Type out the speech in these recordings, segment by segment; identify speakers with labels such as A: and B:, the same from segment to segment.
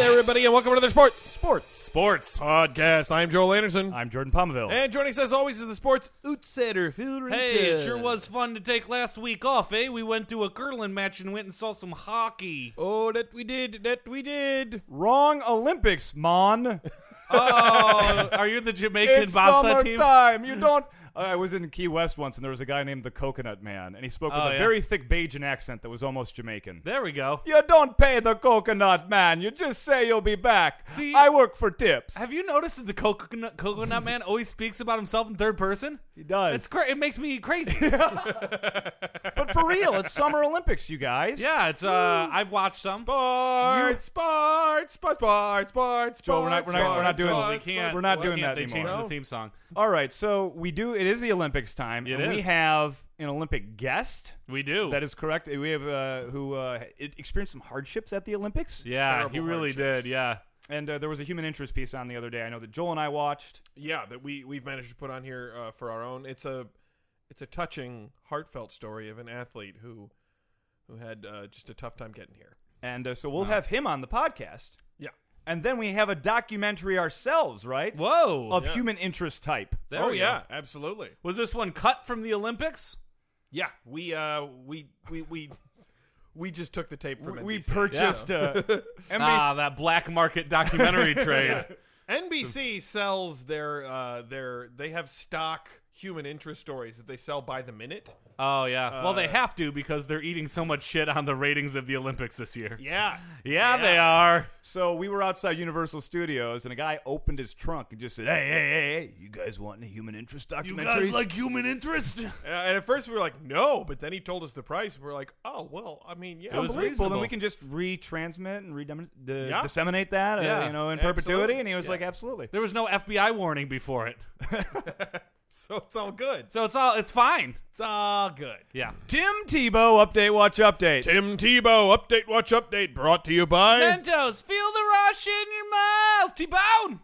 A: everybody, and welcome to another sports
B: Sports.
A: sports podcast. I'm Joel Anderson,
B: I'm Jordan Palmville.
A: and joining us as always is the sports Utsetter Phil
C: Hey, it
A: Renton.
C: sure was fun to take last week off, eh? We went to a curling match and went and saw some hockey.
A: Oh, that we did, that we did.
B: Wrong Olympics, Mon.
C: Oh, are you the Jamaican
B: it's
C: bobsled team?
B: summertime. You don't. I was in Key West once, and there was a guy named the Coconut Man, and he spoke with
C: Oh,
B: a
C: yeah.
B: very thick Bajan accent that was almost Jamaican.
C: There we go.
B: You don't pay the Coconut Man. You just say you'll be back.
C: See-
B: I work for tips.
C: Have you noticed that the coconut, coconut man always speaks about himself in third person?
B: he does.
C: It's cra- it makes me crazy.
B: but for real, it's Summer Olympics, you guys.
C: yeah, it's uh, I've watched some.
A: Sports, sports, sports, sports, sports.
B: Joel, we're not- we're not- we're not doing
A: sports,
B: it.
C: We
A: sports,
C: can't.
B: We're not
C: why
B: doing
C: can't
B: that
C: They changed
B: anymore.
C: the theme song.
B: All right. So we do. It is the Olympics time.
C: It
B: and We
C: is.
B: have an Olympic guest.
C: We do.
B: That is correct. We have uh, who uh, experienced some hardships at the Olympics.
C: yeah, he
A: terrible
C: really did. Yeah.
B: And uh, there was a human interest piece on the other day. I know that Joel and I watched.
A: Yeah, that we we've managed to put on here uh, for our own. It's a it's a touching, heartfelt story of an athlete who who had uh, just a tough time getting here.
B: And uh, so we'll have him on the podcast.
A: Yeah.
B: And then we have a documentary ourselves, right?
C: Whoa.
B: Of
A: yeah.
B: human interest type.
C: There
A: oh
C: we go.
A: yeah, absolutely.
C: Was this one cut from the Olympics?
A: Yeah, we uh we we we we just took the tape from
B: We, we
A: NBC.
B: purchased uh, NBC.
C: Ah, that black market documentary trade.
A: NBC sells their uh their they have stock human interest stories that they sell by the minute.
C: Oh yeah. well,
B: Uh.
C: they have to because they're eating so much shit on the ratings of the Olympics this year. Yeah,
A: Yeah.
C: they are.
B: So we were outside Universal Studios, and a guy opened his trunk and just said, "Hey, hey, hey, hey! You guys want a human interest documentary?
C: human interest?
A: Uh, and at first we were like, "No," but then he told us the price. And we are like, "Oh, well, I mean, yeah."
C: So it was
B: unbelievable.
C: reasonable.
B: Then we can just retransmit and redem- d-
A: Yeah.
B: disseminate that, uh,
C: Yeah,
B: you know, in
A: absolutely.
B: perpetuity." And he was
A: Yeah.
B: like, "Absolutely."
C: There was no FBI warning before it,
A: so it's all good.
C: so it's all it's fine.
A: It's all good.
C: Yeah.
B: Tim Tebow update, watch update.
A: Tim Tebow update, watch update, brought to you by.
C: Mentos, feel the rush in your mouth, T-Bone.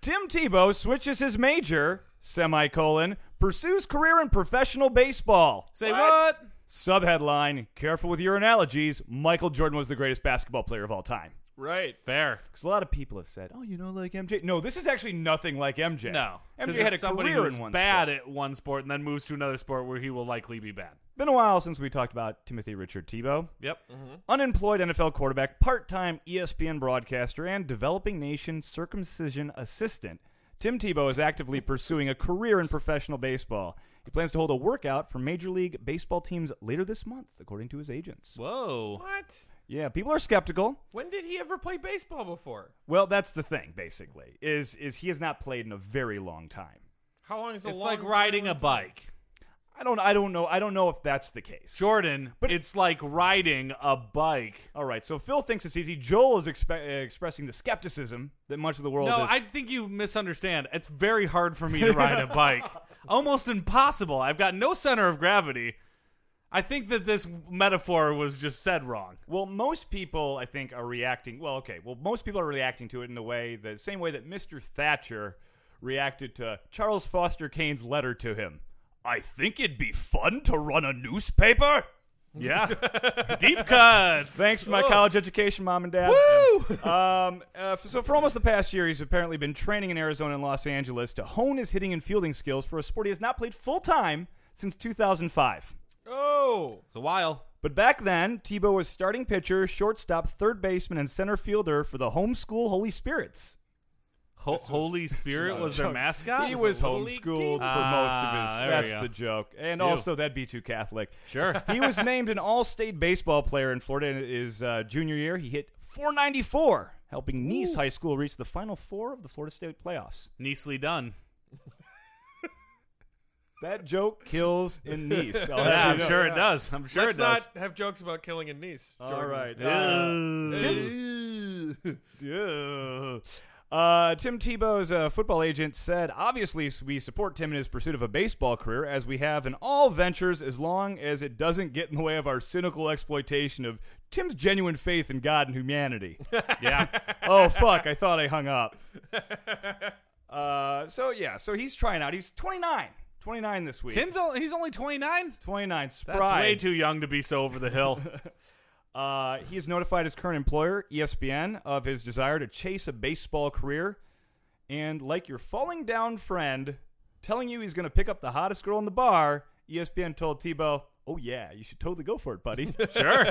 B: Tim Tebow switches his major, semicolon, pursues career in professional baseball.
C: Say
A: What?
C: what?
B: Subheadline, careful with your analogies, Michael Jordan was the greatest basketball player of all time.
A: Right.
C: Fair.
B: Because a lot of people have said, oh, you know, like MJ. No, this is actually nothing like MJ.
C: No. 'Cause
B: MJ had
C: it's
B: a
C: somebody
B: career
C: who's
B: in one
C: bad
B: sport.
C: at one sport and then moves to another sport where he will likely be bad.
B: Been a while since we talked about Timothy Richard Tebow.
C: Yep.
B: Unemployed NFL quarterback, E part time ESPN broadcaster, and developing nation circumcision assistant, Tim Tebow is actively pursuing a career in professional baseball. He plans to hold a workout for Major League Baseball teams later this month, according to his agents.
C: Whoa.
A: What?
B: Yeah, people are skeptical.
A: When did he ever play baseball before?
B: Well, that's the thing, basically, is, is he has not played in a very long time.
A: How long is a
C: It's
A: long
C: like riding a bike.
B: I don't, I don't know. I don't know if that's the case.
C: Jordan, but it's like riding a bike.
B: All right, so Phil thinks it's easy. Joel is expe- uh, expressing the skepticism that much of the world
C: No,
B: is.
C: I think you misunderstand. It's very hard for me to ride a bike. Almost impossible. I've got no center of gravity. I think that this metaphor was just said wrong.
B: Well, most people, I think, are reacting. Well, okay. Well, most people are reacting to it in the way the same way that Mr. Thatcher reacted to Charles Foster Kane's letter to him. I think it'd be fun to run a newspaper.
C: Yeah. Deep cuts.
B: Thanks for my college education, mom and dad.
C: Woo!
B: Um, uh, f- so for almost the past year, he's apparently been training in Arizona and Los Angeles to hone his hitting and fielding skills for a sport he has not played full time since 2005.
A: Oh.
C: It's a while.
B: But back then, Tebow was starting pitcher, shortstop, third baseman, and center fielder for the homeschool Holy Spirits.
C: Ho- Holy Spirit was their mascot?
B: He was
A: Little League
B: homeschooled
A: team.
B: for
C: Ah,
B: most of
C: there we
B: his. That's
C: go.
B: the joke. And
C: Phew.
B: also, that'd be too Catholic.
C: Sure.
B: he was named an All-State baseball player in Florida in his uh, junior year. He hit 494, helping Nice High School reach the Final Four of the Florida State playoffs.
C: Nicely done.
B: That joke kills in Nice. I'll
C: Yeah,
B: have
C: I'm
B: Oh, you know.
C: sure it does. I'm sure
A: Let's
C: it does. Oh.
A: not have jokes about killing a niece.
B: All
A: Jordan.
B: right. Uh,
C: Ew.
B: Yeah. Uh, Tim Tebow's uh, football agent said, obviously, we support Tim in his pursuit of a baseball career, as we have in all ventures, as long as it doesn't get in the way of our cynical exploitation of Tim's genuine faith in God and humanity.
C: yeah.
B: oh, fuck, I thought I hung up. Uh, so, yeah, so he's trying out. He's 29. 29 this week.
C: Tim's only, he's only 29?
B: 29.
C: That's
B: Spry.
C: way too young to be so over the hill.
B: Uh, he has notified his current employer, E ESPN, of his desire to chase a baseball career. And like your falling down friend telling you he's going to pick up the hottest girl in the bar, E ESPN told Tebow, Oh, yeah, you should totally go for it, buddy.
C: Sure.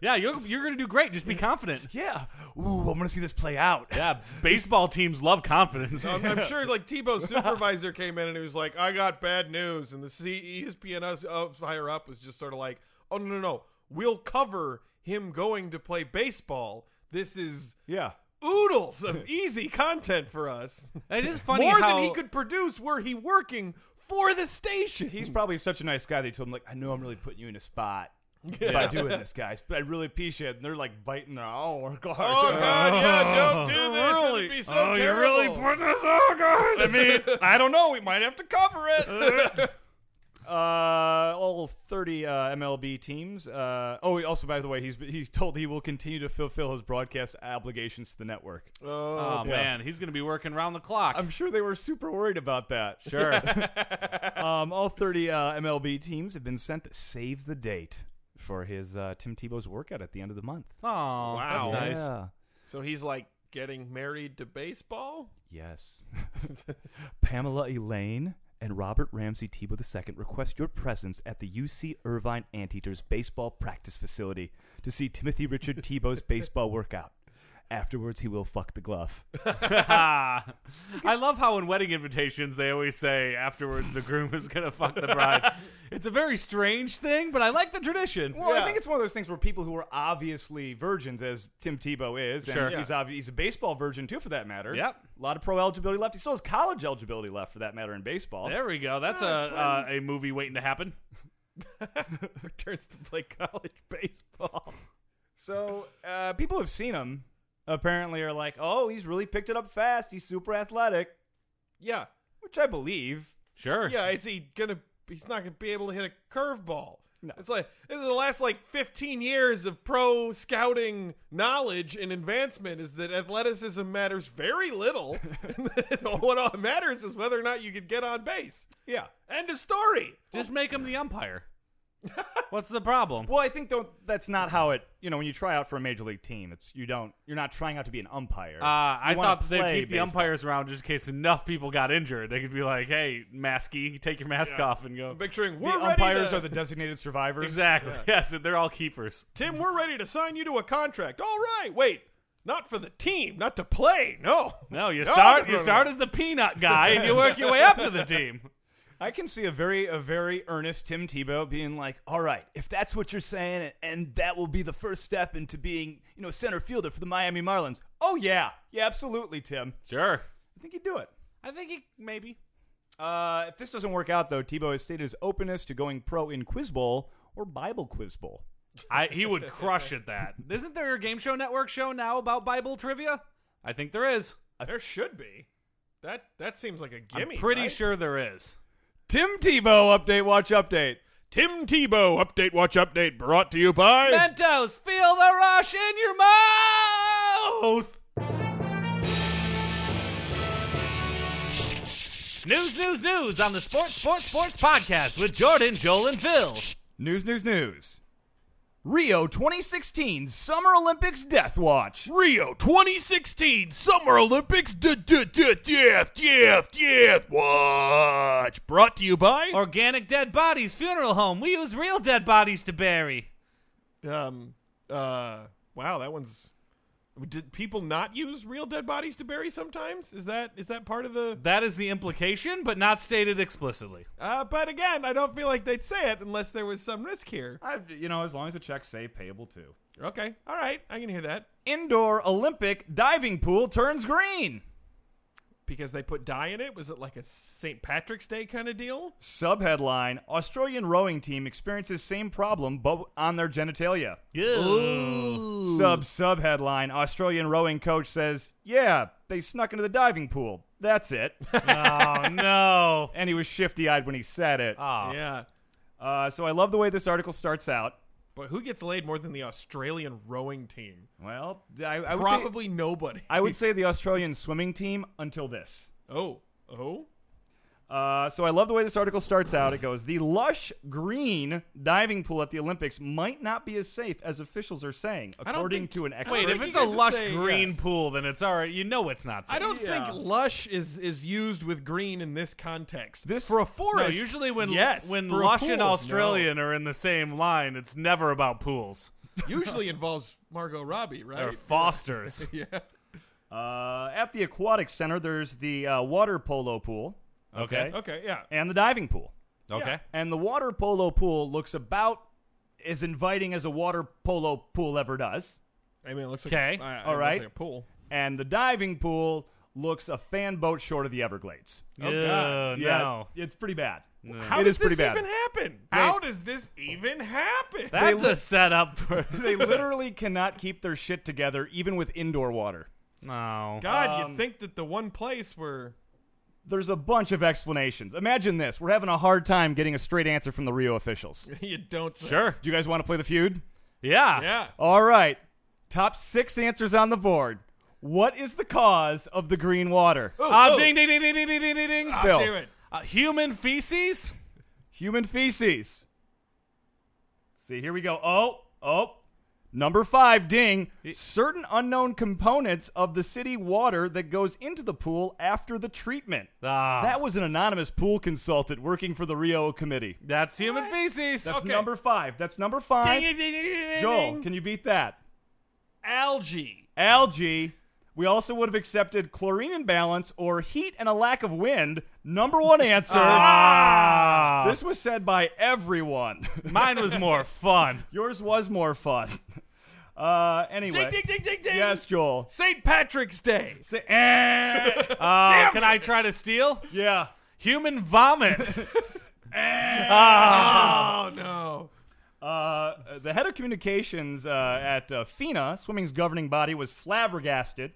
C: yeah, you're, you're going to do great. Just be confident.
B: yeah. Ooh, I'm going to see this play out.
C: Yeah, baseball teams love confidence.
A: I'm, I'm sure like Tebow's supervisor came in and he was like, "I got bad news," and the C- E ESPN us up higher up was just sort of like, "Oh no no no, we'll cover him going to play baseball. This is
B: Yeah.
A: oodles of easy content for us,
C: It is funny
A: more
C: how
A: than he could produce were he working for the station."
B: He's probably such a nice guy. They told him, like, I know I'm really putting you in a spot by doing this, guys, but I really appreciate it. And they're like biting their, oh, we're going.
A: oh God, yeah, don't do this.
C: Really?
A: It'd be so
C: oh,
A: terrible.
C: you're really putting us out, guys. I mean,
B: I don't know. We might have to cover it. uh, all 30 uh, MLB teams. Uh, oh, he- also, by the way, he's he's told he will continue to fulfill his broadcast obligations to the network.
A: oh,
C: oh man, he's going to be working round the clock.
B: I'm sure they were super worried about that.
C: sure.
B: Um, all 30 uh, MLB teams have been sent save the date for his uh, Tim Tebow's workout at the end of the month.
C: Oh, wow.
A: Wow.
C: that's nice.
B: Yeah.
A: so he's like getting married to baseball.
B: Yes. Pamela Elaine and Robert Ramsey Tebow II request your presence at the UC Irvine Anteaters baseball practice facility to see Timothy Richard Tebow's baseball workout. Afterwards, he will fuck the glove.
C: I love how in wedding invitations they always say afterwards the groom is going to fuck the bride. it's a very strange thing, but I like the tradition.
B: Well, I
A: Yeah.
B: think it's one of those things where people who are obviously virgins, as Tim Tebow is, and
C: Sure.
B: he's, obvi- he's a baseball virgin too, for that matter.
C: Yep.
B: A lot of pro eligibility left. He still has college eligibility left, for that matter, in baseball.
C: There we go. That's a uh, a movie waiting to happen.
A: Returns to play college baseball.
B: So uh, people have seen him. Apparently, are like, oh, he's really picked it up fast. He's super athletic,
A: Yeah,
B: which I believe.
C: Sure.
A: Yeah, is he gonna? He's not gonna be able to hit a curveball.
B: No.
A: It's like this is the last like 15 years of pro scouting knowledge and advancement is that athleticism matters very little. and then what all matters is whether or not you can get on base.
B: Yeah.
A: End of story.
C: Just make him the umpire. What's the problem?
B: Well, I think though that's not how it. You know, when you try out for a major league team, it's you don't. You're not trying out to be an umpire.
C: Uh, I
B: You wanna
C: thought they'd
B: play
C: keep the
B: baseball.
C: umpires around just in case enough people got injured. They could be like, "Hey, masky, take your mask off and go."
A: I'm picturing
B: The
A: we're ready
B: umpires
A: to-
B: are the designated survivors.
C: Exactly. Yes, they're all keepers.
A: Tim. We're ready to sign you to a contract. All right, wait, not for the team, not to play. No,
C: No, you
A: No,
C: start.
A: no,
C: You
A: no,
C: start
A: no.
C: as the peanut guy, and you work your way up to the team.
B: I can see a very, a very earnest Tim Tebow being like, "All right, if that's what you're saying, and that will be the first step into being, you know, center fielder for the Miami Marlins." Oh yeah, yeah, absolutely, Tim.
C: Sure.
B: I think he'd do it.
C: I think he maybe.
B: Uh, if this doesn't work out, though, Tebow has stated his openness to going pro in Quiz Bowl or Bible Quiz Bowl.
C: I he would crush at that. Isn't there a game show network show now about Bible trivia? I think there is.
A: there should be. That that seems like a gimme.
C: I'm pretty
A: right?
C: sure there is.
B: Tim Tebow update, watch update.
A: Tim Tebow update watch update brought to you by
C: Mentos, feel the rush in your mouth. News, news, news on the Sports, Sports, Sports podcast with Jordan, Joel, and Phil.
B: News, news, news. Rio 2016 Summer Olympics Death Watch.
A: Rio 2016 Summer Olympics death death death watch brought to you by
C: Organic dead bodies funeral home. We use real dead bodies to bury.
A: um uh wow that one's did people not use real dead bodies to bury sometimes is that is that part of the
C: That is the implication, but not stated explicitly.
A: uh but again I don't feel like they'd say it unless there was some risk here
B: I, you know, as long as the checks say payable to.
A: okay all right I can hear that
B: Indoor Olympic diving pool turns green.
A: because they put dye in it was it like a St Patrick's Day kind of deal
B: Subheadline Australian rowing team experiences same problem but on their genitalia. Sub sub headline Australian rowing coach says, Yeah, they snuck into the diving pool. That's it.
C: Oh no.
B: and he was shifty eyed when he said it.
C: Ah.
A: yeah
B: Uh, so I love the way this article starts out.
A: but who gets laid more than the Australian rowing team
B: Well, I, I, would, say,
A: probably nobody
B: I would say the Australian swimming team until this.
A: Oh, oh,
B: Uh, so I love the way this article starts out. It goes, the lush green diving pool at the Olympics might not be as safe as officials are saying,
A: don't
B: according
A: think-
B: to an expert.
C: Wait,
A: Well,
C: if
A: you
C: it's a
A: get to
C: lush
A: say,
C: green pool, then it's all right. You know it's not safe.
A: I don't
B: Yeah.
A: think lush is is used with green in this context.
B: This-
A: for a
C: No,
A: forest.
C: usually when
A: yes,
C: when
A: for a
C: lush
A: pool,
C: and
A: no.
C: Australian are in the same line, it's never about pools
A: usually involves Margot Robbie,
C: or
A: right?
C: Fosters.
A: yeah.
B: Uh, at the aquatic center, there's the uh, water polo pool
C: Okay.
A: Okay. Yeah.
B: and the diving pool.
C: Okay.
B: And the water polo pool looks about as inviting as a water polo pool ever does.
A: I mean, it looks like
C: Okay,
A: I- I- it
B: all
A: looks
B: right.
A: like a pool.
B: And the diving pool looks a fan boat short of the Everglades.
C: Oh,
A: God.
C: no.
B: it's pretty bad.
A: How
B: It
A: does
B: is pretty
A: this
B: bad.
A: even happen? How does this even happen?
C: That's
B: They li-
C: a setup for
B: they literally cannot keep their shit together, even with indoor water.
C: no.
A: God, you'd think that the one place where
B: There's a bunch of explanations. Imagine this: we're having a hard time getting a straight answer from the Rio officials.
A: you don't say-
C: Sure.
B: Do you guys want to play the feud?
C: Yeah. Uh,
A: Yeah.
B: All right. Top six answers on the board. What is the cause of the green water?
A: Oh,
C: Ah,
A: oh, Ah.
C: ding ding ding ding ding ding ding ding. ding.
B: Phil.
A: do it.
C: Uh, human feces.
B: Human feces. See, here we go. Oh, oh. Number five, ding. Certain unknown components of the city water that goes into the pool after the treatment.
C: Ah,
B: That was an anonymous pool consultant working for the Rio committee.
C: that's human
A: What?
C: feces.
B: That's
A: Okay.
B: number five. That's number five.
A: Ding, ding, ding, ding, ding,
B: Joel,
A: ding.
B: can you beat that?
A: algae.
B: Algae. We also would have accepted chlorine imbalance or heat and a lack of wind. Number one answer.
C: Ah.
B: This was said by everyone.
C: Mine was more fun.
B: Yours was more fun. Uh,
A: Ding
B: anyway.
A: ding ding ding ding.
B: Yes, Joel.
A: St. Patrick's Day.
B: Say, eh.
C: Uh, can I try to steal?
B: yeah.
C: Human vomit.
A: Oh no.
B: Uh, the head of communications uh, at uh, FINA, swimming's governing body, was flabbergasted,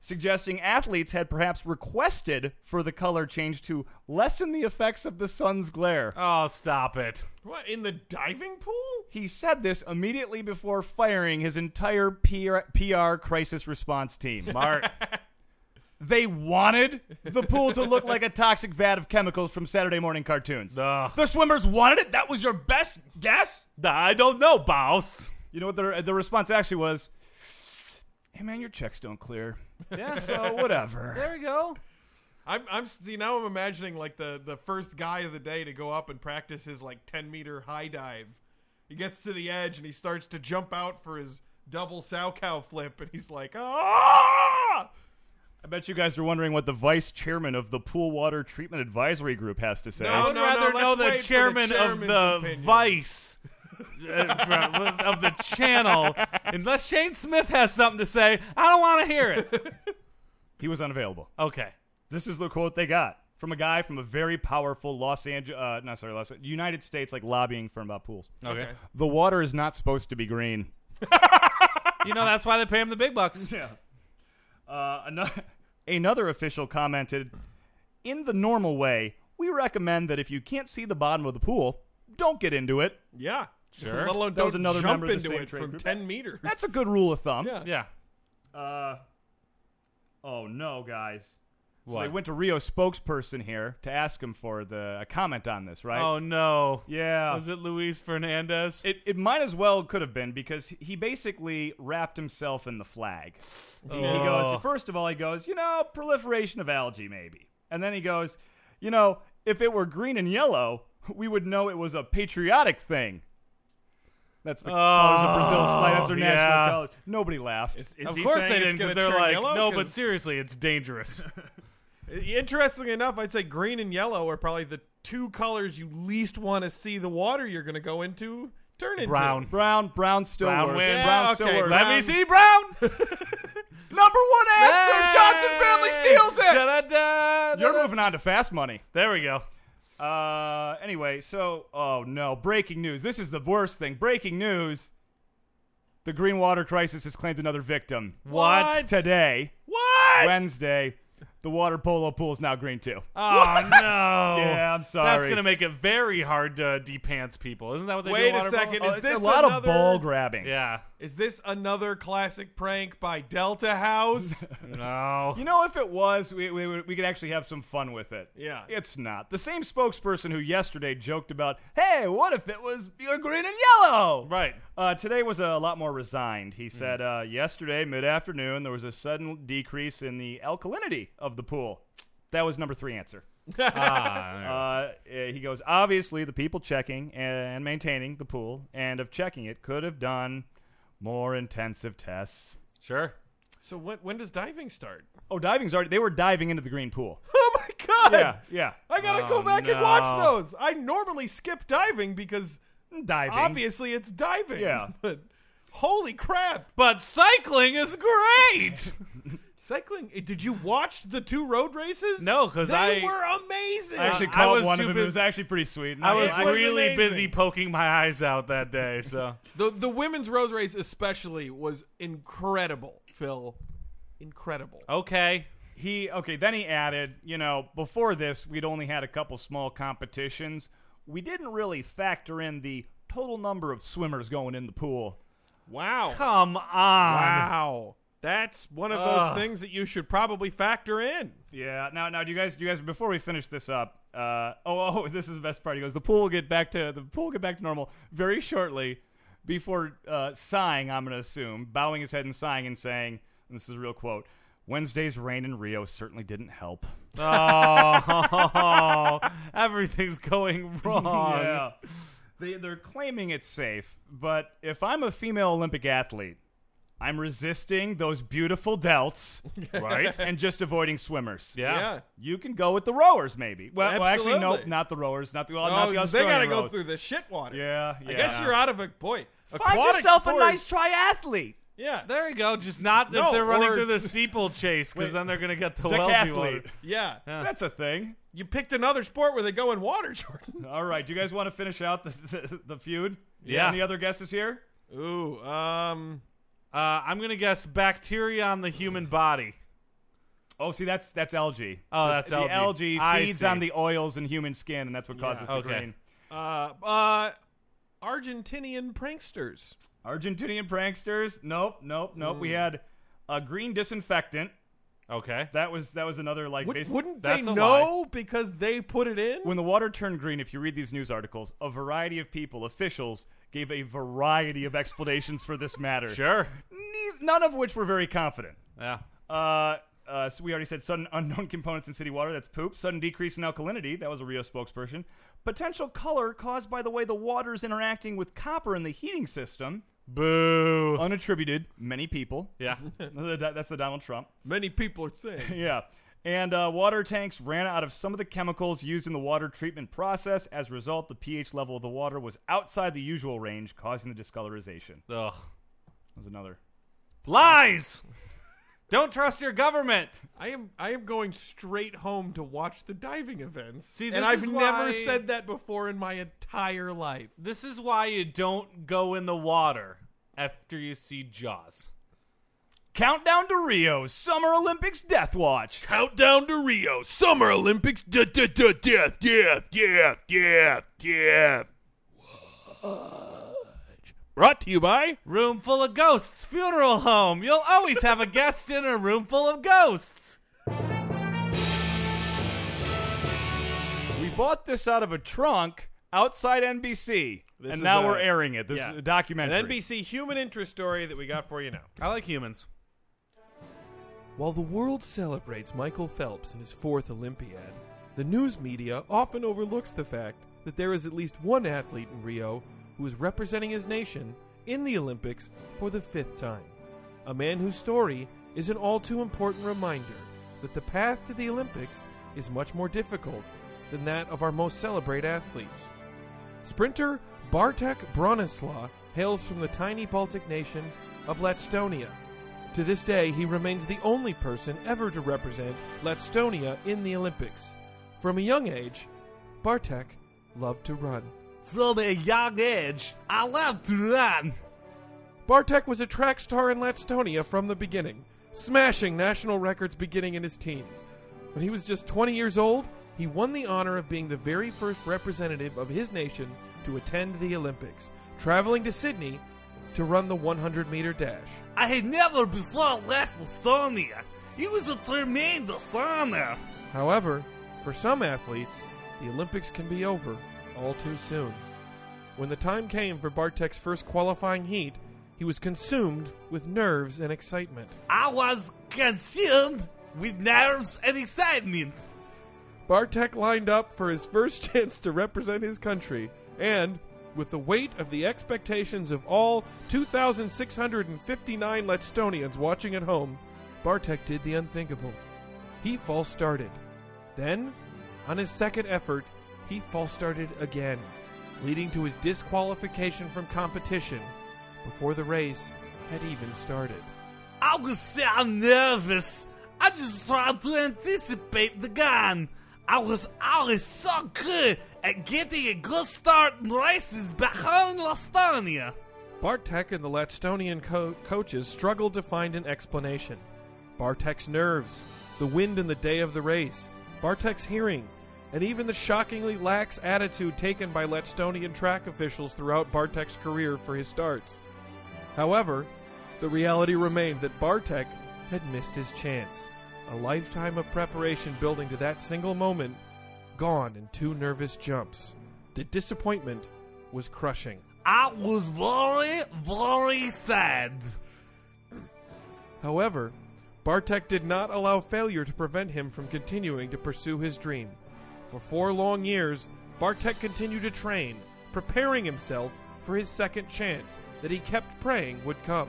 B: suggesting athletes had perhaps requested for the color change to lessen the effects of the sun's glare.
C: oh, stop it.
A: What in the diving pool?
B: He said this immediately before firing his entire PR, PR crisis response team.
C: Bart.
B: They wanted the pool to look like a toxic vat of chemicals from Saturday morning cartoons.
C: Ugh.
B: The swimmers wanted it. That was your best guess.
C: I don't know, boss.
B: You know what the, the response actually was? Hey man, your checks don't clear. Yeah. So whatever.
C: There we go.
A: I'm, I'm see now. I'm imagining like the the first guy of the day to go up and practice his like 10 meter high dive. He gets to the edge and he starts to jump out for his double sow cow flip, and he's like, ah!
B: I bet you guys are wondering what the vice chairman of the pool water treatment advisory group has to say.
A: No,
C: I would
A: no,
C: rather
A: let's
C: know the
A: wait for the
C: chairman of
A: chairman's
C: the
A: opinion.
C: Vice uh, of the channel. Unless Shane Smith has something to say, I don't want to hear it.
B: He was unavailable.
C: Okay.
B: This is the quote they got from a guy from a very powerful Los Angeles, uh, not sorry, Los United States like lobbying firm about pools.
C: Okay.
B: The water is not supposed to be green.
C: You know that's why they pay him the big bucks.
B: Yeah. Uh, another, another official commented In the normal way, we recommend that if you can't see the bottom of the pool, don't get into it.
A: Yeah,
C: Sure.
A: Let alone
B: That was
A: don't
B: another
A: jump
B: member of the
A: into
B: same
A: it
B: trade
A: from
B: group.
A: 10 meters.
B: That's a good rule of thumb.
A: yeah.
C: Yeah.
B: Uh, oh, no, guys. So
C: What?
B: they went to Rio's spokesperson here to ask him for the a comment on this, right?
C: Oh no.
B: yeah.
C: Was it Luis Fernandez?
B: It, it might as well could have been because he basically wrapped himself in the flag. He, he
C: Oh.
B: goes, first of all, he goes, you know, proliferation of algae, maybe. And then he goes, you know, if it were green and yellow, we would know it was a patriotic thing. That's the colors of Brazil's flag. That's their
C: Oh, yeah.
B: national colors. Nobody laughed.
A: Is
C: of
A: he
C: course
A: saying
C: they
A: it's
C: didn't
A: gonna
C: because they're
A: turn
C: like,
A: yellow?
C: no, but
A: 'Cause
C: seriously, it's dangerous.
A: Interestingly enough, I'd say green and yellow are probably the two colors you least want to see the water you're going to go into turn into.
C: Brown.
B: Brown, brown still
C: Brown
B: worse.
C: wins.
B: Brown
A: Yeah,
B: still
A: okay,
B: worse.
A: brown.
C: Let me see Brown.
B: Number one answer. Johnson family steals it.
C: Da-da-da,
B: You're
C: da-da.
B: moving on to fast money.
C: There we go.
B: Uh, anyway, so oh no, breaking news. This is the worst thing. Breaking news. The green water crisis has claimed another victim
C: What?
B: today,
A: What?
B: Wednesday. The water polo pool is now green too.
C: Oh no!
B: Yeah, I'm
C: That's
B: sorry.
C: gonna make it very hard to depants people. Isn't that what they do?
A: Wait
C: in
A: a
C: water polo?
A: second,
B: Oh,
A: is
B: it's
A: this
B: a lot
A: another-
B: of ball grabbing?
C: Yeah.
A: Is this another classic prank by Delta House?
C: No.
B: You know, if it was, we, we, would- we could actually have some fun with it.
A: Yeah.
B: It's not. The same spokesperson who yesterday joked about, hey, what if it was your green and yellow?
C: Right.
B: Uh, today was a lot more resigned. He
C: Mm-hmm.
B: said, uh, yesterday, mid afternoon, there was a sudden decrease in the alkalinity of the pool. That was number three answer.
C: Ah,
B: Uh, eh, he goes, obviously, the people checking and maintaining the pool and of checking it could have done more intensive tests.
C: sure.
A: so when when does diving start?
B: Oh, diving's already, they were diving into the green pool.
A: Oh my god!
B: Yeah, yeah.
A: I gotta
C: Oh,
A: go back and
C: no.
A: watch those. I normally skip diving because
B: Diving.
A: obviously it's diving.
B: Yeah.
A: But holy crap!
C: But cycling is great.
A: Cycling. eh, Did you watch the two road races?
C: No, 'cause
A: They
C: I-
A: were amazing.
B: I actually
C: Uh, I
B: caught
C: was
B: one
C: too
B: of them. It
C: busy-
B: was actually pretty sweet.
C: I was
A: It was
C: really
A: amazing.
C: busy poking my eyes out that day. So
A: Uh, the the women's road race especially was incredible, Phil. Incredible.
C: okay.
B: he okay. Then he added, you know, before this we'd only had a couple small competitions. We didn't really factor in the total number of swimmers going in the pool.
A: Wow.
C: Come on.
A: Wow. That's one of those
C: Ugh.
A: things that you should probably factor in.
B: Yeah. Now, now, do you guys, do you guys, before we finish this up, uh, oh, oh, this is the best part. He goes, the pool will get back to the pool will get back to normal very shortly. Before uh, sighing, I'm going to assume, bowing his head and sighing and saying, and this is a real quote. Wednesday's rain in Rio certainly didn't help.
C: Oh, everything's going wrong.
B: Yeah. They, they're claiming it's safe, but if I'm a female Olympic athlete, I'm resisting those beautiful delts
C: Right?
B: and just avoiding swimmers.
C: Yeah.
B: You can go with the rowers, maybe. Well, well actually,
A: Absolutely.
B: nope, not the rowers, not the, well,
A: Oh,
B: not the
A: 'cause they gotta
B: Australian
A: go
B: rowers.
A: through the shit water.
B: Yeah, yeah.
A: I guess you're out of a boy.
B: Find
A: aquatic
B: yourself
A: sports,
B: a nice triathlete.
A: Yeah.
C: There you go. Just not
A: No,
C: if they're running
A: or-
C: through the steeplechase because
A: Wait.
C: then they're going to get the wealthy one.
B: Decathlete.
A: yeah.
B: That's a thing.
A: You picked another sport where they go in water, Jordan.
B: All right, do you guys want to finish out the, the, the feud?
C: Yeah.
B: Any other guesses here?
A: Ooh, um
C: Uh, I'm going to guess bacteria on the human body.
B: Oh, see, that's that's algae.
C: Oh, that's
B: the
C: algae.
B: algae
C: I
B: feeds
C: see.
B: on the oils in human skin, and that's what causes the
C: Okay.
B: green.
A: uh uh Argentinian pranksters.
B: Argentinian pranksters. Nope, nope, nope.
A: Hmm.
B: We had a green disinfectant.
C: Okay.
B: That was that was another like.
A: Would,
B: basic-
A: wouldn't they
C: that's a
A: know because they put it in?
B: when the water turned green? If you read these news articles, a variety of people, officials, gave a variety of explanations for this matter.
C: Sure.
B: Ne- none of which were very confident.
C: Yeah.
B: Uh, uh, so we already said sudden unknown components in city water. That's poop. Sudden decrease in alkalinity. That was a Rio spokesperson. Potential color caused by the way the water is interacting with copper in the heating system.
C: Boo.
B: Unattributed. Many people.
C: Yeah.
B: That's the Donald Trump.
A: Many people are saying.
B: Yeah. And uh, water tanks ran out of some of the chemicals used in the water treatment process. As a result, the pH level of the water was outside the usual range, causing the discolorization.
C: Ugh.
B: That was another.
C: Lies. Don't trust your government.
A: I am I am going straight home to watch the diving events.
C: See,
A: and
C: this
A: I've
C: is
A: never
C: why-
A: said that before in my entire life.
C: This is why you don't go in the water after you see Jaws.
B: Countdown to Rio Summer Olympics Death Watch.
A: Countdown to Rio Summer Olympics.
D: Death, death, death, death, death.
A: Brought to you by
C: Room full of ghosts, funeral home. You'll always have a guest in a room full of ghosts.
B: We bought this out of a trunk outside NBC,
A: is
B: and now
A: a-
B: we're airing it. This
A: yeah.
B: is a documentary.
A: an NBC human interest story that we got for you now.
C: I like humans.
A: While the world celebrates Michael Phelps in his fourth Olympiad, the news media often overlooks the fact that there is at least one athlete in Rio who is representing his nation in the Olympics for the fifth time. A man whose story is an all too important reminder that the path to the Olympics is much more difficult than that of our most celebrated athletes. Sprinter Bartek Bronislaw hails from the tiny Baltic nation of Letstonia. To this day, he remains the only person ever to represent Letstonia in the Olympics. From a young age, Bartek loved to run.
C: From a young age, I love to run.
A: Bartek was a track star in Letstonia from the beginning, smashing national records beginning in his teens. When he was just 20 years old, he won the honor of being the very first representative of his nation to attend the Olympics, traveling to Sydney to run the 100 meter dash.
C: I had never before left Estonia. It was a tremendous honor.
A: However, for some athletes, the Olympics can be over all too soon. When the time came for Bartek's first qualifying heat, he was consumed with nerves and excitement.
C: I was consumed with nerves and excitement.
A: Bartek lined up for his first chance to represent his country, and with the weight of the expectations of all 2,659 Letstonians watching at home, Bartek did the unthinkable. He false started. Then, on his second effort, he false started again, leading to his disqualification from competition before the race had even started.
C: I was so nervous. I just tried to anticipate the gun. I was always so good at getting a good start in races back home in Estonia.
A: Bartek and the Latstonian co- coaches struggled to find an explanation. Bartek's nerves, the wind in the day of the race, Bartek's hearing, and even the shockingly lax attitude taken by Latstonian track officials throughout Bartek's career for his starts. However, the reality remained that Bartek had missed his chance. A lifetime of preparation building to that single moment, gone in two nervous jumps. The disappointment was crushing.
C: I was very, very sad.
A: However, Bartek did not allow failure to prevent him from continuing to pursue his dream. For four long years, Bartek continued to train, preparing himself for his second chance that he kept praying would come.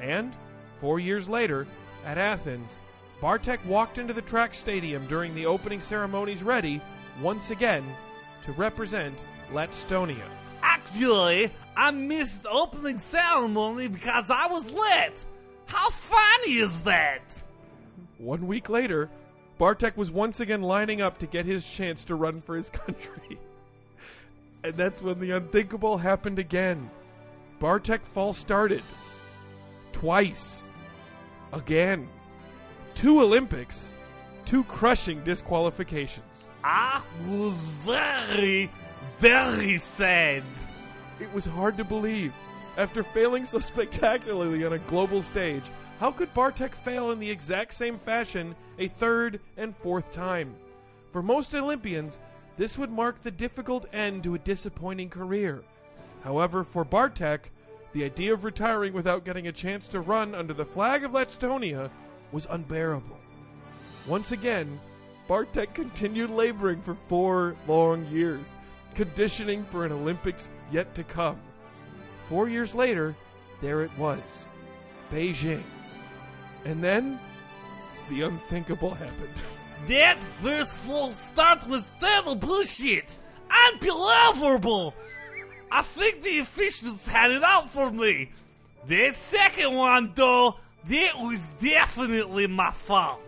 A: And, four years later, at Athens, Bartek walked into the track stadium during the opening ceremonies ready, once again, to represent Letstonia.
C: Actually, I missed the opening ceremony because I was late. How funny is that?
A: One week later, Bartek was once again lining up to get his chance to run for his country. and that's when the unthinkable happened again. Bartek false started. Twice. Again. Two Olympics. Two crushing disqualifications.
C: I was very, very sad.
A: It was hard to believe. After failing so spectacularly on a global stage, how could Bartek fail in the exact same fashion a third and fourth time? For most Olympians, this would mark the difficult end to a disappointing career. However, for Bartek, the idea of retiring without getting a chance to run under the flag of Letstonia was unbearable. Once again, Bartek continued laboring for four long years, conditioning for an Olympics yet to come. Four years later, there it was Beijing. And then, the unthinkable happened.
C: That first full start was total bullshit. Unbelievable. I think the officials had it out for me. That second one, though, that was definitely my fault.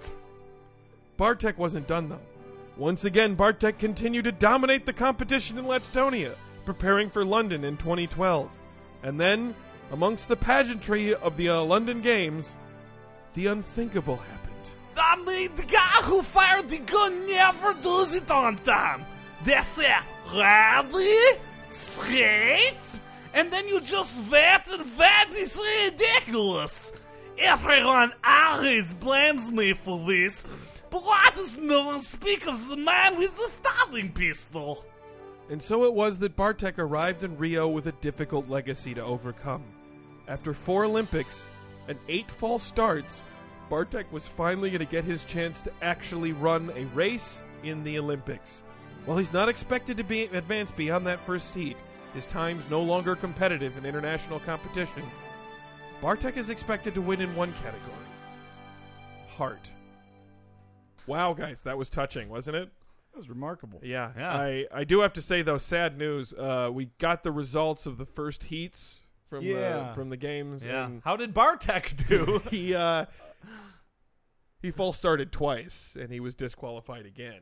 A: Bartek wasn't done though. Once again, Bartek continued to dominate the competition in Letstonia, preparing for London in 2012. And then, amongst the pageantry of the uh, London Games, the unthinkable happened.
C: I mean, the guy who fired the gun never does it on time. That's a rally, straight, and then you just wait and wait. It's ridiculous. Everyone always blames me for this, but why does no one speak of the man with the starting pistol?
A: And so it was that Bartek arrived in Rio with a difficult legacy to overcome. After four Olympics and eight false starts, Bartek was finally going to get his chance to actually run a race in the Olympics. While he's not expected to be advance beyond that first heat, his time's no longer competitive in international competition. Bartek is expected to win in one category heart. Wow, guys, that was touching, wasn't it?
B: That was remarkable.
A: Yeah,
C: Yeah.
A: I, I do have to say though, sad news. Uh, we got the results of the first heats from
B: Yeah.
A: the, from the games. And
C: Mm-hmm. How did Bartek do?
A: he uh, he false started twice, and he was disqualified again.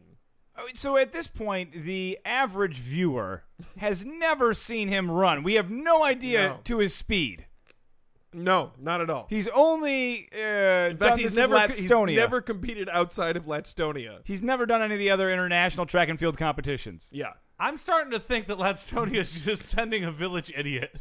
B: Oh, So at this point, the average viewer has never seen him run. We have no idea
A: No.
B: to his speed.
A: No, not at all.
B: He's only uh,
A: In fact,
B: done
A: he's
B: this
A: never
B: in
A: he's
B: Latstonia.
A: never competed outside of Latstonia.
B: He's never done any of the other international track and field competitions.
A: Yeah.
C: I'm starting to think that Latstonia is just sending a village idiot.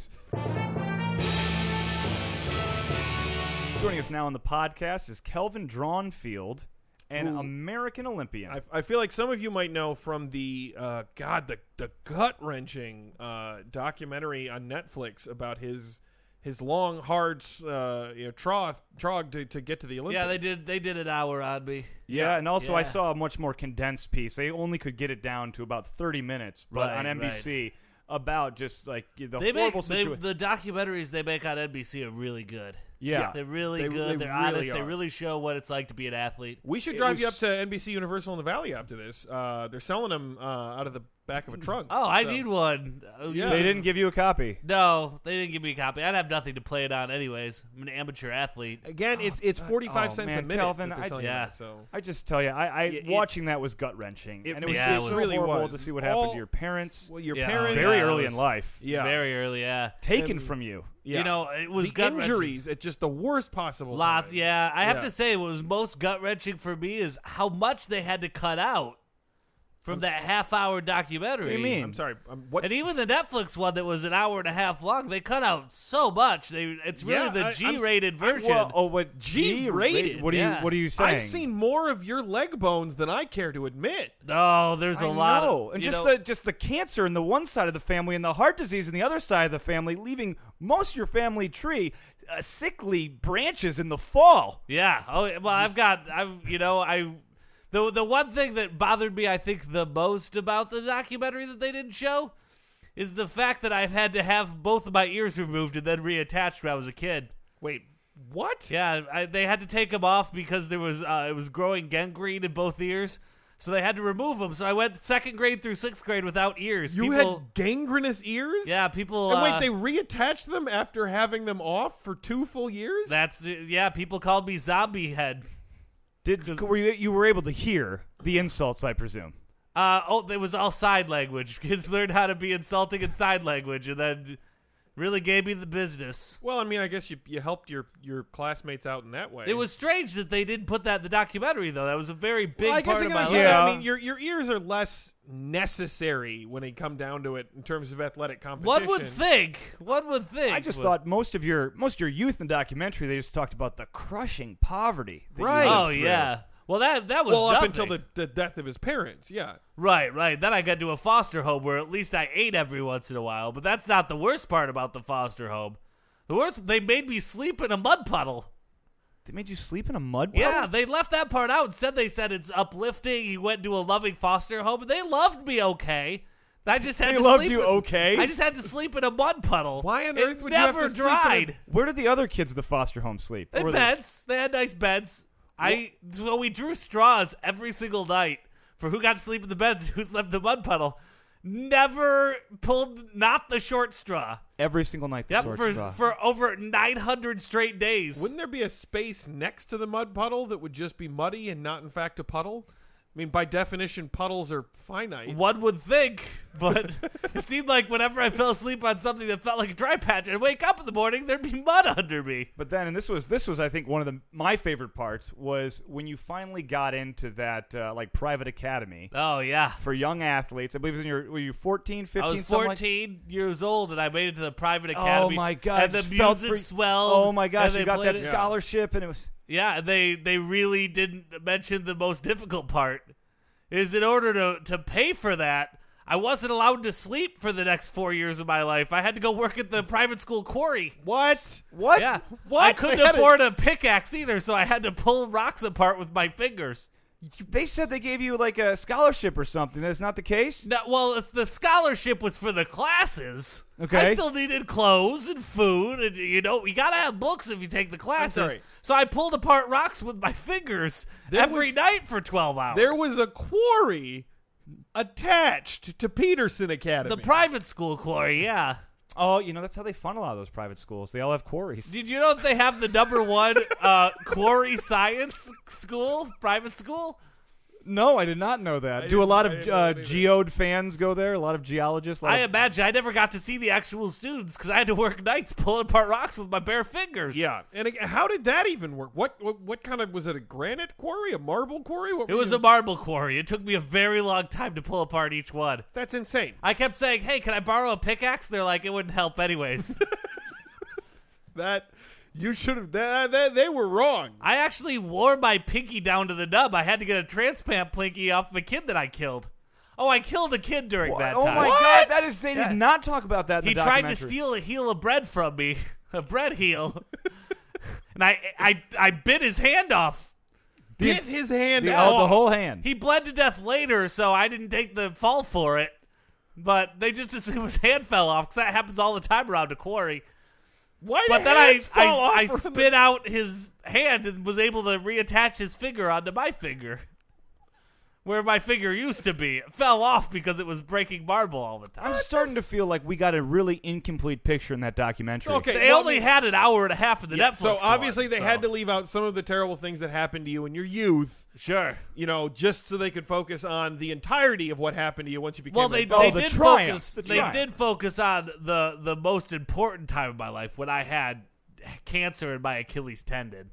B: Joining us now on the podcast is Kelvin Drawnfield, an American Olympian.
A: I, I feel like some of you might know from the uh, God the the gut wrenching uh, documentary on Netflix about his his long hard uh, you know, troth trog to, to get to the Olympics.
C: Yeah, they did. They did an hour on me.
B: yeah, and also I
C: yeah.
B: saw a much more condensed piece. They only could get it down to about 30 minutes, but
C: Right,
B: on NBC about just like the
C: They make
B: horrible
C: they,
B: situation.
C: the documentaries they make on NBC are really good.
B: Yeah.
C: they're really
A: They-
C: good.
A: they
C: They are
A: really
C: honest. They
A: are.
C: really show what it's like to be an athlete.
A: We should drive you up
B: was-
A: to NBC Universal in the Valley after this. Uh, they're selling them uh, out of the back of a trunk.
C: Oh, I
A: So-
C: need one. Uh,
A: Yeah.
B: they didn't give you a copy.
C: No, they didn't give me a copy. I'd have nothing to play it on, anyways. I'm an amateur athlete.
A: Again, it's it's forty five
B: Oh,
A: cents a
B: man,
A: minute.
B: Calvin,
A: that they're
B: I-
A: selling
C: yeah.
A: it, so
B: I just tell you, I, I
A: it-
B: watching that was gut wrenching,
A: it-
B: and it was
C: yeah,
B: just
C: it
B: so
A: really
B: horrible
A: was.
B: to see what happened
A: All-
B: to your parents.
A: well, your
C: Yeah.
A: parents
B: very
C: yeah, it
B: early
C: was
B: in life,
A: yeah,
C: Very early, yeah.
B: taken
A: and-
B: from you.
A: yeah.
C: You know, it was
A: the
C: gut
A: injuries at just the worst possible.
C: Lots,
A: time.
C: yeah. I have
A: Yeah.
C: to say, what was most gut wrenching for me is how much they had to cut out from that half hour documentary.
B: What do you mean?
A: I'm sorry. Um, what
C: And even the Netflix one that was an hour and a half long, they cut out so much. They it's really
A: Yeah, I-
C: the
A: I'm-
C: G rated
A: I'm-
C: version.
B: Well, oh, what G
A: G-rated,
B: What are
C: yeah.
B: you? What are you saying?
A: I've seen more of your leg bones than I care to admit.
C: oh, there's a
B: I
C: lot.
B: know.
C: Of,
B: and
C: you
B: just
C: know,
B: the just the cancer in the one side of the family and the heart disease in the other side of the family, leaving most of your family tree uh, sickly branches in the fall.
C: yeah. Oh, well, I've got. I've you know I. The, the one thing that bothered me, I think, the most about the documentary that they didn't show is the fact that I've had to have both of my ears removed and then reattached when I was a kid.
A: Wait, what?
C: Yeah, I, they had to take them off because there was uh, it was growing gangrene in both ears, so they had to remove them. So I went second grade through sixth grade without ears.
A: You
C: people,
A: had gangrenous ears?
C: yeah, people.
A: And
C: uh,
A: wait, they reattached them after having them off for two full years?
C: that's yeah. People called me zombie head.
B: Did were you, you were able to hear the insults? I presume.
C: Uh, oh, it was all sign language. Kids learned how to be insulting in sign language, and then really gave me the business.
A: well, I mean, I guess you you helped your your classmates out in that way.
C: It was strange that they did put that in the documentary, though. That was a very big
A: Well, I guess
C: part
A: I
C: of
A: can
C: my life.
A: understand that. I
B: Yeah.
A: mean, your your ears are less necessary when they come down to it in terms of athletic
C: One
A: competition.
C: would think. One would think.
B: I just
C: would-
B: thought most of your most of your youth in the documentary they just talked about the crushing poverty. that you
A: Right.
B: lived
C: Oh
B: through.
C: yeah. Well, that that was
A: Well, up
C: nothing.
A: until the, the death of his parents, yeah.
C: Right, right. Then I got to a foster home where at least I ate every once in a while, but that's not the worst part about the foster home. The worst, they made me sleep in a mud puddle.
B: They made you sleep in a mud.
C: Yeah,
B: puddle?
C: they left that part out. Instead, they said it's uplifting. He went to a loving foster home. They loved me okay. I just had
B: They
C: to
B: loved
C: sleep
B: you
C: in-
B: okay?
C: I just had to sleep in a mud puddle.
A: Why on
C: It
A: earth would you have
C: never
A: to sleep in a-
C: dried?
B: Where did the other kids at the foster home sleep?
C: They
B: Were
C: had
B: they-
C: beds. They had nice beds. I so we drew straws every single night for who got to sleep in the beds and who slept in the mud puddle. Never pulled not the short straw.
B: every single night. the
C: Yep,
B: source
C: for
B: was off.
C: for over nine hundred straight days.
A: Wouldn't there be a space next to the mud puddle that would just be muddy and not, in fact, a puddle? I mean, by definition, puddles are finite.
C: one would think, but it seemed like whenever I fell asleep on something that felt like a dry patch, I'd wake up in the morning, there'd be mud under me.
B: But then, and this was this was I think one of the my favorite parts was when you finally got into that uh, like private academy
C: Oh yeah.
B: for young athletes. I believe it was in your were you 14, 15,
C: I was
B: something
C: 14
B: like-
C: years old, and I made it to the private academy.
B: Oh my god!
C: And the
B: it felt
C: music
B: for-
C: swelled.
B: Oh my
C: and
B: gosh!
C: they
B: You got
C: played
B: that
C: it.
B: scholarship, and it was
C: Yeah, they they really didn't mention the most difficult part. Is in order to to pay for that, I wasn't allowed to sleep for the next four years of my life. I had to go work at the private school quarry.
A: What?
B: what?
C: Yeah,
A: What?
C: I couldn't
A: They had a-
C: afford a pickaxe either, so I had to pull rocks apart with my fingers.
B: They said they gave you like a scholarship or something. That's not the case.
C: No, well, it's the scholarship was for the classes.
B: Okay.
C: I still needed clothes and food, and you know, you gotta have books if you take the classes.
A: sorry.
C: So I pulled apart rocks with my fingers every
A: was-
C: night for twelve hours.
A: There was a quarry attached to Peterson Academy.
C: the private school quarry, yeah.
B: Oh, you know that's how they funnel out of those private schools. They all have quarries.
C: Did you know that they have the number one uh, quarry science school, private school?
B: No, I did not know that. Do a
A: didn't-
B: lot
A: I
B: of
A: didn't know
B: uh,
A: that either.
B: geode fans go there? A lot of geologists? A lot
C: I
B: of-
C: imagine I never got to see the actual students because I had to work nights pulling apart rocks with my bare fingers.
A: Yeah, and ag- how did that even work? What what, what kind of was it? A granite quarry, a marble quarry? What
C: It
A: were
C: was
A: you-
C: a marble quarry. It took me a very long time to pull apart each one.
A: That's insane.
C: I kept saying, hey, can I borrow a pickaxe? They're like, it wouldn't help anyways.
A: That you should have. That, that- they were wrong.
C: I actually wore my pinky down to the nub. I had to get a transplant pinky off of a kid that I killed. Oh, I killed a kid during that
B: oh
C: time.
B: my god, that is. They
C: Yeah.
B: did not talk about that in
C: He
B: the
C: tried to
B: documentary.
C: steal a heel of bread from me, a bread heel, and I, I, I bit his hand off.
A: Get his hand
B: the,
A: out.
B: oh, the whole hand.
C: He bled to death later, so I didn't take the fall for it. But they just assumed his hand fell off because that happens all the time around a quarry.
A: Why
C: But
A: did
C: then I,
A: hands fall
C: I,
A: off
C: I
A: from the-
C: spit out his hand and was able to reattach his finger onto my finger. Where my finger used to be. It fell off because it was breaking marble all the time.
B: I'm starting to feel like we got a really incomplete picture in that documentary.
A: Okay,
C: They
A: well, I
C: only
A: mean-
C: had an hour and a half of the Netflix.
A: So obviously
C: one,
A: they
C: so-
A: had to leave out some of the terrible things that happened to you in your youth.
C: Sure.
A: You know, just so they could focus on the entirety of what happened to you once you became
C: Well,
A: an
C: they,
A: adult.
C: they
B: Oh, the
C: did
B: triumph,
C: focus.
B: the
C: they
B: triumph.
C: did focus on the the most important time of my life when I had cancer in my Achilles tendon.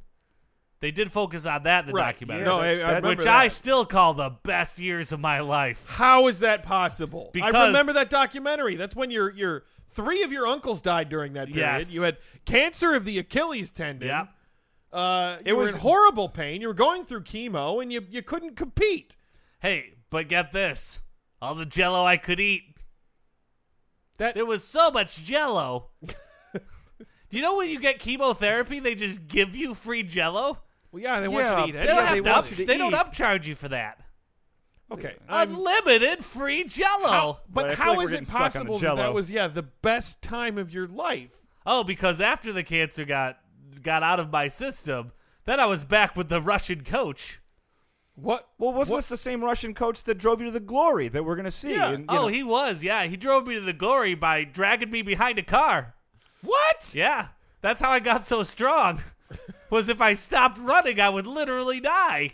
C: They did focus on that in the
A: Right,
C: documentary,
A: yeah, No, I- I
B: that-
A: remember
C: which I
A: that.
C: still call the best years of my life.
A: How is that possible? I
C: Because-
A: remember that documentary. That's when your your three of your uncles died during that period.
C: Yes.
A: You had cancer of the Achilles tendon.
C: Yeah.
A: Uh, you
B: It
A: were
B: was-
A: in horrible pain. You were going through chemo, and you you couldn't compete.
C: Hey, but get this: all the Jello I could eat.
A: That
C: There was so much Jello. Do you know when you get chemotherapy, they just give you free Jello?
A: well, yeah, they want
B: Yeah,
A: you to eat.
B: they
C: They
A: anything.
C: don't,
B: Yeah,
C: have
B: they
C: to
B: want
C: up-
B: you to
C: they don't
B: eat.
C: upcharge you for that.
A: Okay, I'm-
C: Unlimited free Jello.
A: how- but
B: But I feel
A: how
B: like
A: is
B: we're getting
A: it
B: stuck on the
A: possible that
B: Jell-O.
A: that was yeah the best time of your life?
C: Oh, because after the cancer got got out of my system, then I was back with the Russian coach.
A: What?
B: Well, wasn't
A: what-
B: this the same Russian coach that drove you to the glory that we're going to see?
A: Yeah.
B: And, you
C: Oh,
B: know,
C: he was. Yeah, he drove me to the glory by dragging me behind a car.
A: What?
C: Yeah, that's how I got so strong. was if I stopped running, I would literally die.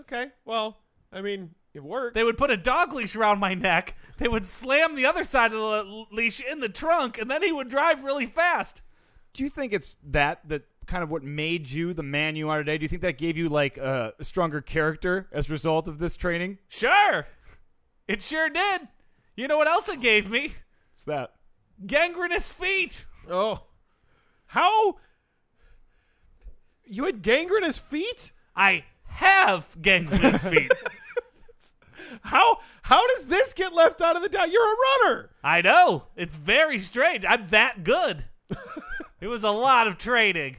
A: Okay. Well, I mean, it worked.
C: They would put a dog leash around my neck. They would slam the other side of the le- leash in the trunk, and then he would drive really fast.
B: do you think it's that that kind of what made you the man you are today? Do you think that gave you like a stronger character as a result of this training?
C: Sure, it sure did. You know what else it gave me?
B: It's that.
C: Gangrenous feet.
A: oh, how? You had gangrenous feet.
C: I have gangrenous feet.
A: How how does this get left out of the down? You're a runner.
C: I know. It's very strange. I'm that good. it was a lot of training.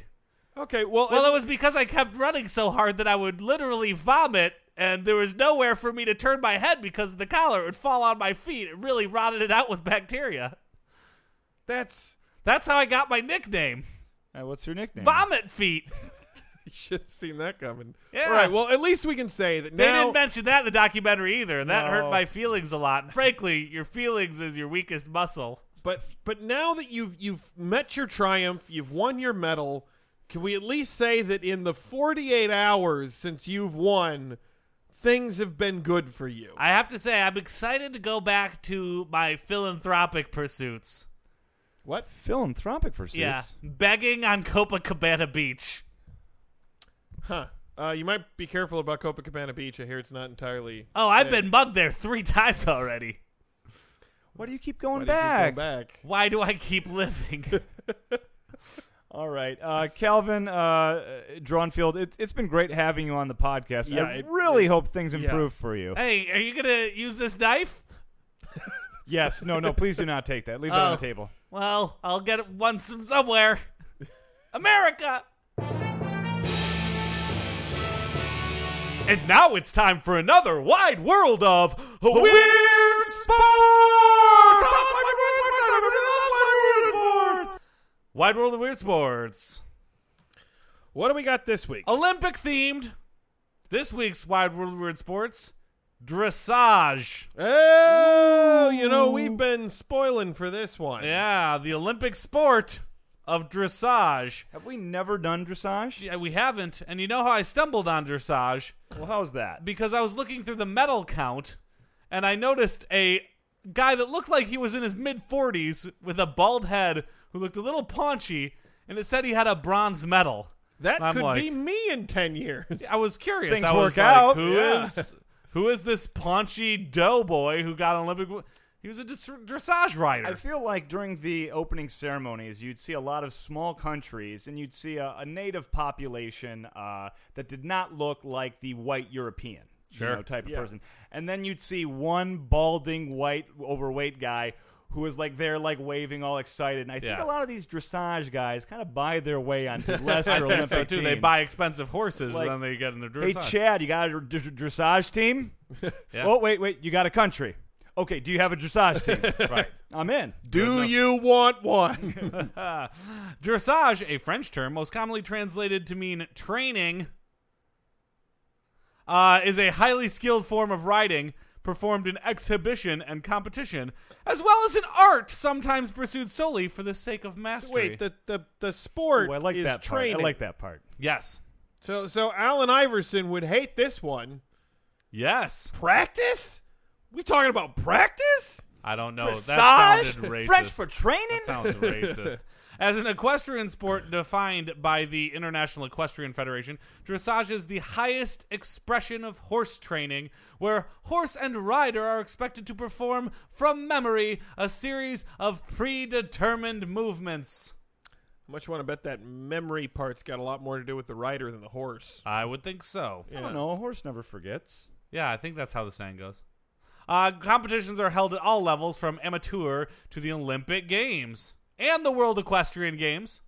A: Okay, well,
C: Well, it was because I kept running so hard that I would literally vomit, and there was nowhere for me to turn my head because the collar would fall on my feet. It really rotted it out with bacteria.
A: that's
C: That's how I got my nickname
B: Uh, what's your nickname?
C: Vomit Feet.
A: you should have seen that coming.
C: Yeah.
A: All right. Well, at least we can say that
C: They
A: now.
C: didn't mention that in the documentary either, and that
A: No.
C: hurt my feelings a lot. Frankly, your feelings is your weakest muscle.
A: but but now that you've you've met your triumph, you've won your medal. Can we at least say that in the 48 hours since you've won, things have been good for you?
C: I have to say, I'm excited to go back to my philanthropic pursuits.
A: what?
B: Philanthropic pursuits.
C: Yeah, begging on Copacabana Beach.
A: Huh. Uh, you might be careful about Copacabana Beach. I hear it's not entirely.
C: Oh, I've been mugged there three times already.
B: Why do you keep
A: Why
B: going
A: did you go
B: back?
A: back.
C: Why do I keep living?
B: All right, uh, Calvin uh, Drawnfield. It's it's been great having you on the podcast.
A: Yeah,
B: I
A: it-
B: really hope things
A: yeah.
B: improve for you.
C: hey, are you gonna use this knife?
B: Yes. No. No. Please do not take that. Leave that on the
C: Oh.
B: table.
C: Well, I'll get it once from somewhere. America. And now it's time for another wide world of weird sports. Wide world of weird sports.
A: What do we got this week?
C: Olympic themed. This week's Wide World of Weird Sports dressage.
A: Oh, you know, we've been spoiling for this one.
C: Yeah, the Olympic sport of dressage.
B: Have we never done dressage?
C: Yeah, we haven't, and you know how I stumbled on dressage?
B: Well, how's that?
C: Because I was looking through the medal count, and I noticed a guy that looked like he was in his mid 40s with a bald head who looked a little paunchy, and it said he had a bronze medal.
A: That
C: I'm
A: could
C: like-
A: be me in ten years.
C: I was curious.
B: Things
C: I was
B: work
C: like,
B: out,
C: Who
B: yeah.
C: is- who is this paunchy doughboy who got an Olympic? w- He was a dress- dressage rider.
B: I feel like during the opening ceremonies, you'd see a lot of small countries, and you'd see a, a native population uh, that did not look like the white European you know, type of person, and then you'd see one balding, white, overweight guy who was like there, like waving, all excited. And I think
C: Yeah.
B: a lot of these dressage guys kind of buy their way onto lesser
C: I think
B: Olympic
C: so too. They
B: teams.
C: buy expensive horses
B: Like,
C: and then they get in the
B: Hey,
C: dressage.
B: Chad, you got a dr- dr- dressage team? Oh, wait, wait, you got a country. Okay, do you have a dressage team? right. I'm in.
A: Do you want one?
C: Dressage, a French term most commonly translated to mean training, uh, is a highly skilled form of riding performed in exhibition and competition, as well as an art sometimes pursued solely for the sake of mastery.
A: Wait, the the the sport
B: Ooh, I like
A: is
B: that
A: training.
B: part. I like that part.
C: yes.
A: So so Allen Iverson would hate this one.
C: Yes.
A: Practice? We talking about practice?
C: I don't know. That
B: Dressage?
C: sounded racist.
B: French for training?
C: That sounds racist. As an equestrian sport defined by the International Equestrian Federation, dressage is the highest expression of horse training, where horse and rider are expected to perform from memory a series of predetermined movements.
A: How much want to bet that memory part's got a lot more to do with the rider than the horse?
C: I would think so.
B: I don't know. A horse never forgets.
C: Yeah, I think that's how the saying goes. Uh, competitions are held at all levels, from amateur to the Olympic Games and the World Equestrian Games.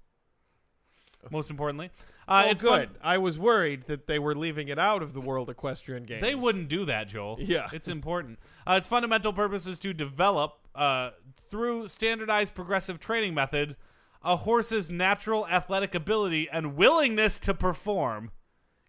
C: Most importantly, uh,
A: oh,
C: it's fun-
A: good. I was worried that they were leaving it out of the World Equestrian Games.
C: They wouldn't do that, Joel.
A: Yeah.
C: It's important. Uh, its fundamental purpose is to develop, uh, through standardized progressive training method, a horse's natural athletic ability and willingness to perform.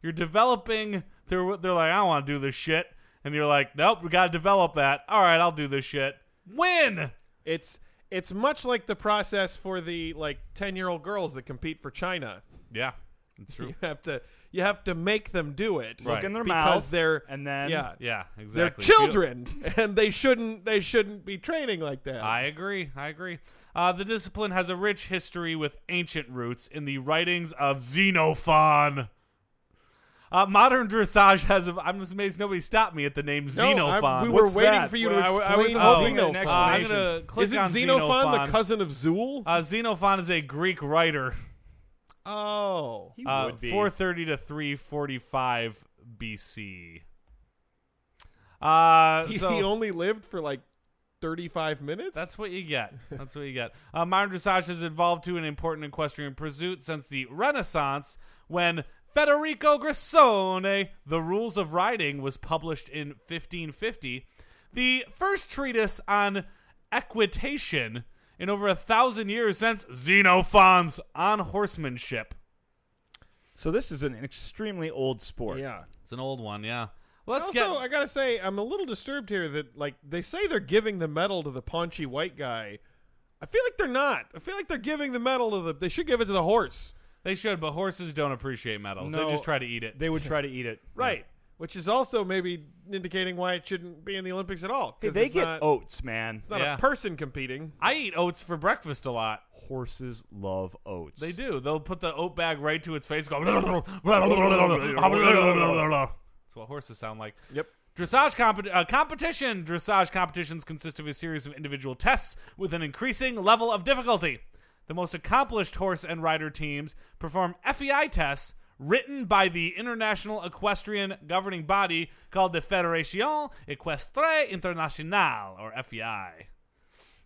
C: You're developing, they're, they're like, I don't want to do this shit. And you're like, nope, we got to develop that. All right, I'll do this shit. Win!
A: It's it's much like the process for the like ten year old girls that compete for China.
C: Yeah, it's
A: You have to you have to make them do it.
C: Right.
B: Look in their
A: because
B: mouth.
A: they're
B: and then
A: yeah,
C: Yeah, exactly.
A: they're
C: Feel-
A: children and they shouldn't they shouldn't be training like that.
C: I agree. I agree. Uh, the discipline has a rich history with ancient roots in the writings of Xenophon. Uh, modern dressage has. A, I'm just amazed nobody stopped me at the name
A: No, I-
C: Xenophon.
A: we were
B: What's
A: waiting
B: that?
A: for you to
B: Well,
A: explain
B: I- I was
C: hoping
B: for an
A: Xenophon.
C: Uh, I'm
B: explanation.
C: gonna click
A: Is it
C: on
A: Xenophon,
C: Xenophon.
A: the cousin of Zool?
C: uh, Xenophon is a Greek writer.
A: oh.
B: he
C: Uh,
B: would be.
C: 430 to 345 BC. Uh,
A: He,
C: so
A: he only lived for like 35 minutes?
C: That's what you get. That's what you get. Uh, modern dressage has evolved to an important equestrian pursuit since the Renaissance, when Federico Grissone, The Rules of Riding, was published in 1550. The first treatise on equitation in over a thousand years since Xenophon's On Horsemanship.
B: so this is an extremely old sport.
A: Yeah.
C: It's an old one, yeah. Let's
A: also,
C: get.
A: I gotta say, I'm a little disturbed here that, like, they say they're giving the medal to the paunchy white guy. I feel like they're not. I feel like they're giving the medal to the. They should give it to the horse.
C: they should, but horses don't appreciate medals.
B: No,
C: they just try to eat it.
B: They would try to eat it.
A: Right. Which is also maybe indicating why it shouldn't be in the Olympics at all.
B: Hey,
A: 'cause
B: they
A: it's
B: get Oh,
A: not,
B: oats, man.
A: it's not
C: Yeah.
A: a person competing.
C: I eat oats for breakfast a lot.
B: Horses love oats.
C: They do. They'll put the oat bag right to its face. Go. That's what horses sound like.
A: Yep.
C: Dressage compet uh, competition. Dressage competitions consist of a series of individual tests with an increasing level of difficulty. The most accomplished horse and rider teams perform FEI tests written by the international equestrian governing body called the Fédération Equestre Internationale, or E FEI.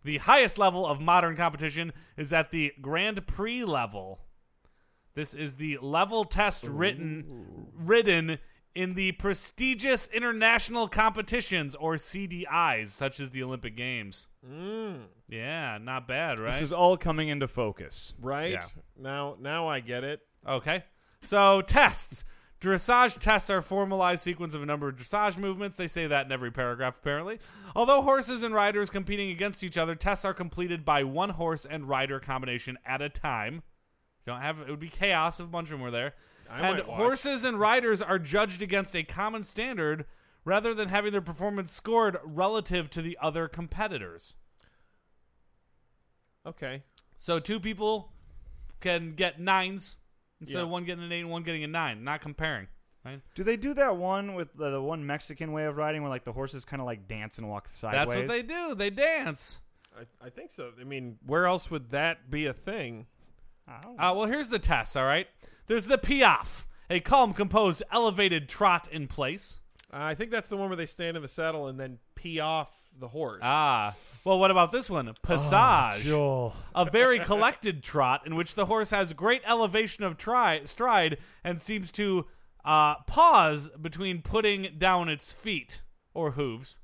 C: The highest level of modern competition is at the Grand Prix level. This is the level test written ridden in the prestigious international competitions or CDIs, such as the Olympic Games. Yeah, not bad, right?
B: This is all coming into focus.
A: Right?
C: Yeah.
A: Now, now I get it.
C: okay. So tests. Dressage tests are a formalized sequence of a number of dressage movements. They say that in every paragraph, apparently. Although horses and riders competing against each other, tests are completed by one horse and rider combination at a time. Don't have it would be chaos if Munchin were there.
A: I
C: and
A: might watch.
C: horses and riders are judged against a common standard rather than having their performance scored relative to the other competitors.
A: Okay.
C: So two people can get nines instead
A: Yeah.
C: of one getting an eight and one getting a nine. Not comparing. Right?
B: Do they do that one with the, the one Mexican way of riding where like the horses kind of like dance and walk sideways?
C: That's what they do. They dance.
A: I, I think so. I mean, where else would that be a thing?
B: I don't-
C: Uh, well, here's the test. All right. There's the piaf, a calm, composed, elevated trot in place.
A: Uh, I think that's the one where they stand in the saddle and then pee off the horse.
C: Ah. Well, what about this one? Passage.
B: Joel.
C: a very collected trot in which the horse has great elevation of tri- stride and seems to uh, pause between putting down its feet or hooves.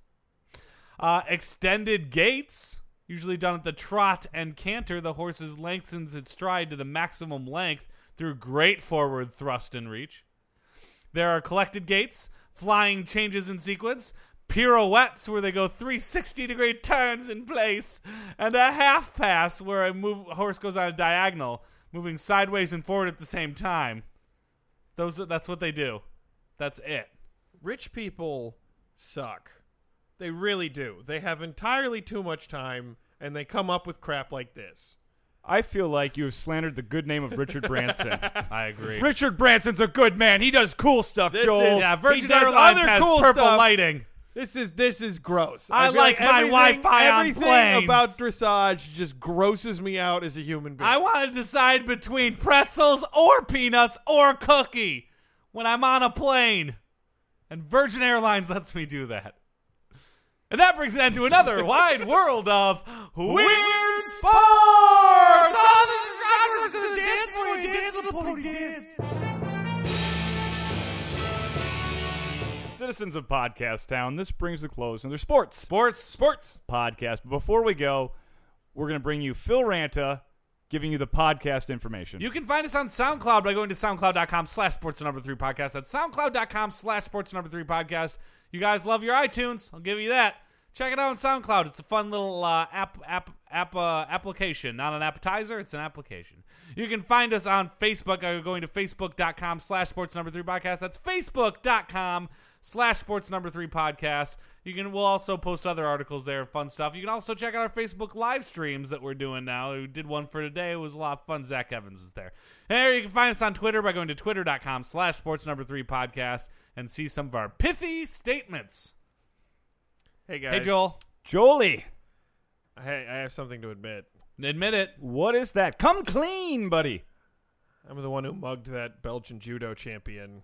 C: Uh, extended gaits, usually done at the trot and canter, the horse lengthens its stride to the maximum length through great forward thrust and reach. There are collected gates, flying changes in sequence, pirouettes where they go 360 degree turns in place, and a half pass where a move, horse goes on a diagonal, moving sideways and forward at the same time. Those are- that's what they do. That's it.
A: Rich people suck. They really do. They have entirely too much time and they come up with crap like this.
B: I feel like you have slandered the good name of Richard Branson.
C: I agree.
B: Richard Branson's a good man. He does cool stuff,
A: This
B: Joel.
A: is-
C: yeah,
A: He
C: Virgin
A: does
C: Airlines
A: other
C: has
A: cool
C: purple
A: stuff.
C: lighting.
A: This is this is gross.
C: I
A: feel
C: like my
A: everything-
C: Wi-Fi on
A: Everything
C: planes.
A: about dressage just grosses me out as a human being.
C: I want to decide between pretzels or peanuts or cookie when I'm on a plane. And Virgin Airlines lets me do that. And that brings an end to another wide world of weird sports. Oh, the genre's gonna dance for you, dance the pony dance.
B: Citizens of Podcast Town, this brings the close another sports
C: Sports, sports.
B: podcast. But before we go, we're going to bring you Phil Ranta giving you the podcast information.
C: You can find us on SoundCloud by going to soundcloud.com slash sports number three podcast. That's soundcloud.com slash sports number three podcast. You guys love your iTunes. I'll give you that. Check it out on SoundCloud. It's a fun little uh, app, app, app uh, application. Not an appetizer, it's an application. You can find us on Facebook by going to facebook.com slash sports number three podcast. That's facebook.com slash sports number three podcast. You can we'll also post other articles there, fun stuff. You can also check out our Facebook live streams that we're doing now. We did one for today. It was a lot of fun. Zach Evans was there. And there you can find us on Twitter by going to twitter.com slash sports number three podcast and see some of our pithy statements.
A: hey guys.
C: Hey Joel.
B: Jolie,
A: Hey, I have something to admit.
C: Admit it.
B: what is that? Come clean, buddy.
A: I'm the one who mugged that Belgian judo champion.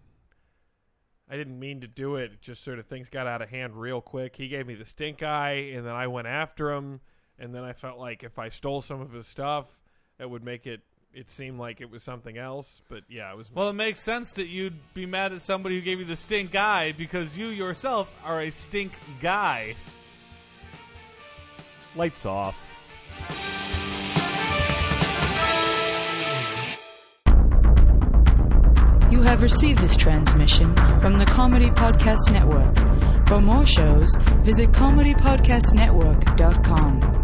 A: I didn't mean to do it. It just sort of things got out of hand real quick. He gave me the stink eye, and then I went after him. And then I felt like if I stole some of his stuff, that would make it it seem like it was something else. But yeah, it was.
C: Well, it makes sense that you'd be mad at somebody who gave you the stink eye because you yourself are a stink guy.
B: Lights off.
E: You have received this transmission from the Comedy Podcast Network. For more shows, visit comedypodcastnetwork.com.